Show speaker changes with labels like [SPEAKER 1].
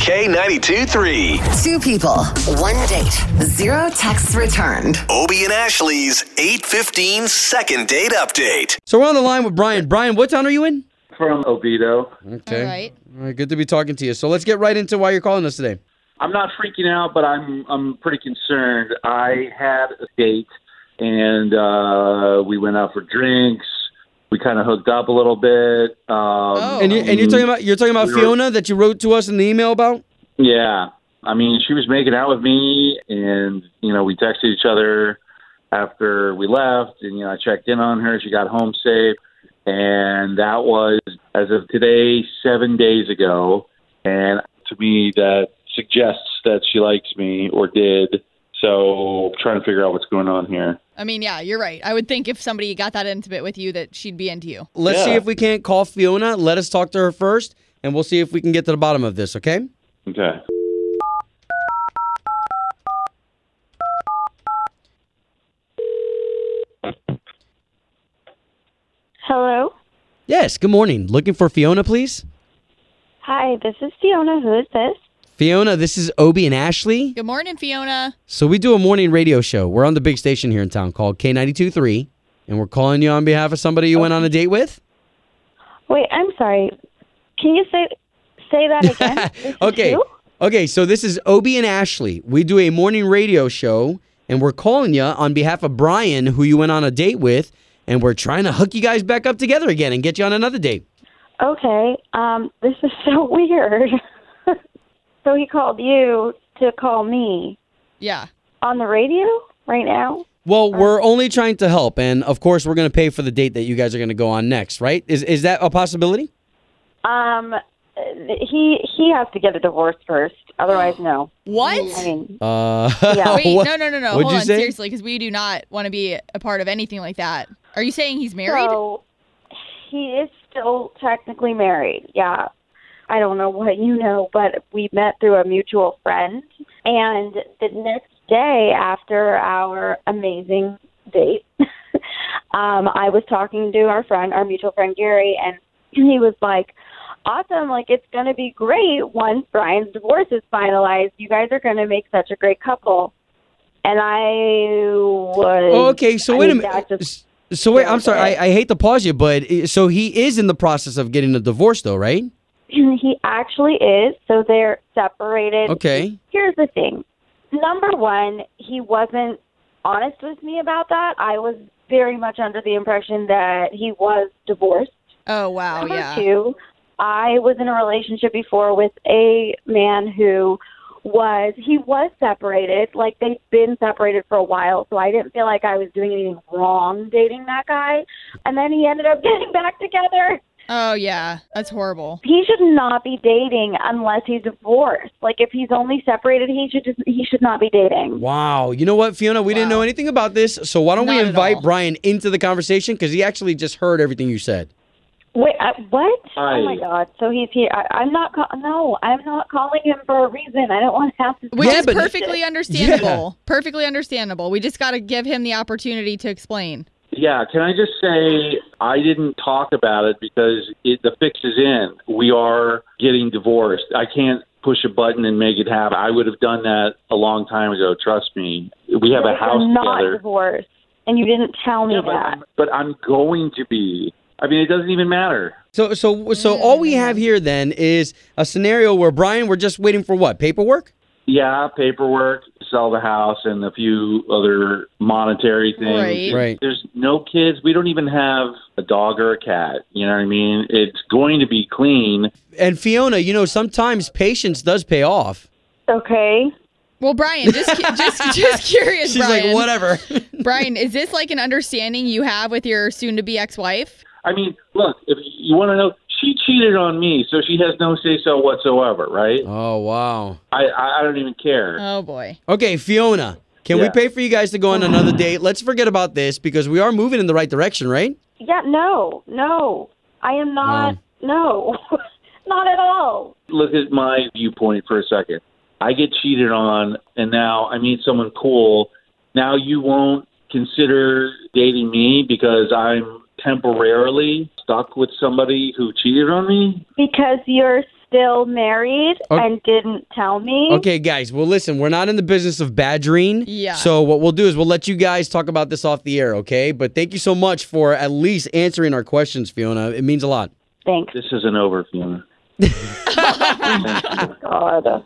[SPEAKER 1] K92 3.
[SPEAKER 2] Two people, one date, zero texts returned.
[SPEAKER 1] Obie and Ashley's 815 second date update.
[SPEAKER 3] So we're on the line with Brian. Brian, what town are you in?
[SPEAKER 4] from Oviedo.
[SPEAKER 3] Okay.
[SPEAKER 5] All right.
[SPEAKER 3] All right, good to be talking to you. So let's get right into why you're calling us today.
[SPEAKER 4] I'm not freaking out, but I'm I'm pretty concerned. I had a date, and uh, we went out for drinks. We kind of hooked up a little bit. Um,
[SPEAKER 5] Oh.
[SPEAKER 3] And you and you're talking about you're talking about
[SPEAKER 4] We were-
[SPEAKER 3] Fiona that you wrote to us in the email about?
[SPEAKER 4] yeah, I mean, she was making out with me, and you know, we texted each other after we left, and you know, I checked in on her. She got home safe, and that was as of today, seven days ago. And to me, that suggests that she likes me or did. So, trying to figure out what's going on here.
[SPEAKER 5] I mean, yeah, you're right. I would think if somebody got that intimate with you, that she'd be into you.
[SPEAKER 3] Let's see
[SPEAKER 4] Yeah.
[SPEAKER 3] if we can't call Fiona. Let us talk to her first, and we'll see if we can get to the bottom of this, okay?
[SPEAKER 4] Okay.
[SPEAKER 6] Hello.
[SPEAKER 3] Yes, good morning. Looking for Fiona, please?
[SPEAKER 6] Hi, this is Fiona. Who is this?
[SPEAKER 3] Fiona, this is Obie and Ashley.
[SPEAKER 5] Good morning, Fiona.
[SPEAKER 3] So we do a morning radio show. We're on the big station here in town called K92.3, and we're calling you on behalf of somebody you went on a date with?
[SPEAKER 6] Wait, I'm sorry. Can you say say that again? This is
[SPEAKER 3] okay.
[SPEAKER 6] who?
[SPEAKER 3] Okay, so this is Obie and Ashley. We do a morning radio show, and we're calling you on behalf of Brian, who you went on a date with, and we're trying to hook you guys back up together again and get you on another date.
[SPEAKER 6] Okay. Um, this is so weird. so he called you to call me
[SPEAKER 5] Yeah.
[SPEAKER 6] on the radio right now?
[SPEAKER 3] Well,
[SPEAKER 6] Oh.
[SPEAKER 3] we're only trying to help, and of course, we're going to pay for the date that you guys are going to go on next, right? Is is that a possibility?
[SPEAKER 6] Um, he he has to get a divorce first. Otherwise, no. I
[SPEAKER 5] What?
[SPEAKER 6] mean,
[SPEAKER 3] Uh,
[SPEAKER 6] Yeah.
[SPEAKER 5] Wait,
[SPEAKER 3] what-
[SPEAKER 5] no, no, no, no.
[SPEAKER 3] what'd
[SPEAKER 5] Hold
[SPEAKER 3] you
[SPEAKER 5] on,
[SPEAKER 3] say?
[SPEAKER 5] seriously, because we do not want to be a part of anything like that. Are you saying he's married?
[SPEAKER 6] so he is still technically married. Yeah. I don't know what you know, but we met through a mutual friend. And the next day after our amazing date, um, I was talking to our friend, our mutual friend Gary, and he was like, Awesome, like it's going to be great once Brian's divorce is finalized. You guys are going to make such a great couple. And I was.
[SPEAKER 3] Oh, okay, so
[SPEAKER 6] I
[SPEAKER 3] wait a
[SPEAKER 6] mean, that
[SPEAKER 3] minute.
[SPEAKER 6] just-
[SPEAKER 3] S- So wait, I'm
[SPEAKER 6] Yeah,
[SPEAKER 3] sorry. I, I hate to pause you, but uh, so he is in the process of getting a divorce, though, right?
[SPEAKER 6] he actually is. So they're separated.
[SPEAKER 3] Okay.
[SPEAKER 6] Here's the thing. Number one, he wasn't honest with me about that. I was very much under the impression that he was divorced.
[SPEAKER 5] Oh, wow.
[SPEAKER 6] Number
[SPEAKER 5] yeah.
[SPEAKER 6] two, I was in a relationship before with a man who was he was separated. Like they'd been separated for a while, so I didn't feel like I was doing anything wrong dating that guy. And then he ended up getting back together
[SPEAKER 5] Oh, yeah. That's horrible.
[SPEAKER 6] he should not be dating unless he's divorced. Like if he's only separated, he should just he should not be dating.
[SPEAKER 3] Wow. You know what, Fiona? We didn't
[SPEAKER 5] Wow.
[SPEAKER 3] know anything about this, so why don't we
[SPEAKER 5] Not at
[SPEAKER 3] invite
[SPEAKER 5] all.
[SPEAKER 3] Brian into the conversation because he actually just heard everything you said.
[SPEAKER 6] Wait, uh, what?
[SPEAKER 4] Hi.
[SPEAKER 6] Oh my god! So he's here. I, I'm not. Call- no, I'm not calling him for a reason. I don't want to have to.
[SPEAKER 5] Which
[SPEAKER 3] Yeah,
[SPEAKER 5] is
[SPEAKER 3] but-
[SPEAKER 5] perfectly understandable. Perfectly understandable. We just got to give him the opportunity to explain.
[SPEAKER 4] Yeah, can I just say I didn't talk about it because it, the fix is in. We are getting divorced. I can't push a button and make it happen. I would have done that a long time ago. Trust me. We have a house
[SPEAKER 6] We're not
[SPEAKER 4] together.
[SPEAKER 6] divorced, and you didn't tell me
[SPEAKER 4] Yeah, but,
[SPEAKER 6] that.
[SPEAKER 4] I'm, but I'm going to be. I mean, it doesn't even matter.
[SPEAKER 3] So, so,
[SPEAKER 5] Mm,
[SPEAKER 3] so all we have here then is a scenario where Brian, we're just waiting for what paperwork.
[SPEAKER 4] Yeah, paperwork, sell the house, and a few other monetary things.
[SPEAKER 5] Right.
[SPEAKER 3] Right.
[SPEAKER 4] There's no kids. We don't even have a dog or a cat. You know what I mean? It's going to be clean.
[SPEAKER 3] And Fiona, you know, sometimes patience does pay off.
[SPEAKER 6] okay.
[SPEAKER 5] Well, Brian, just cu- just just curious,
[SPEAKER 3] She's
[SPEAKER 5] Brian.
[SPEAKER 3] like, whatever.
[SPEAKER 5] Brian, is this like an understanding you have with your soon-to-be ex-wife?
[SPEAKER 4] I mean, look, if you want to know, she cheated on me, so she has no say so whatsoever, right?
[SPEAKER 3] oh wow.
[SPEAKER 4] I, I I don't even care.
[SPEAKER 5] Oh boy.
[SPEAKER 3] Okay, Fiona, can we
[SPEAKER 4] Yeah.
[SPEAKER 3] pay for you guys to go on another date? Let's forget about this because we are moving in the right direction, right?
[SPEAKER 6] Yeah. No. No. I am not.
[SPEAKER 4] Um.
[SPEAKER 6] No. not at all.
[SPEAKER 4] Look at my viewpoint for a second. I get cheated on, and now I meet someone cool. Now you won't consider dating me because I'm temporarily stuck with somebody who cheated on me?
[SPEAKER 6] Because you're still married
[SPEAKER 3] Okay.
[SPEAKER 6] and didn't tell me.
[SPEAKER 3] Okay, guys. Well, listen, we're not in the business of badgering.
[SPEAKER 5] Yeah.
[SPEAKER 3] So what we'll do is we'll let you guys talk about this off the air, okay? But thank you so much for at least answering our questions, Fiona. It means a lot.
[SPEAKER 6] Thanks,
[SPEAKER 4] This isn't over, Fiona.
[SPEAKER 6] God.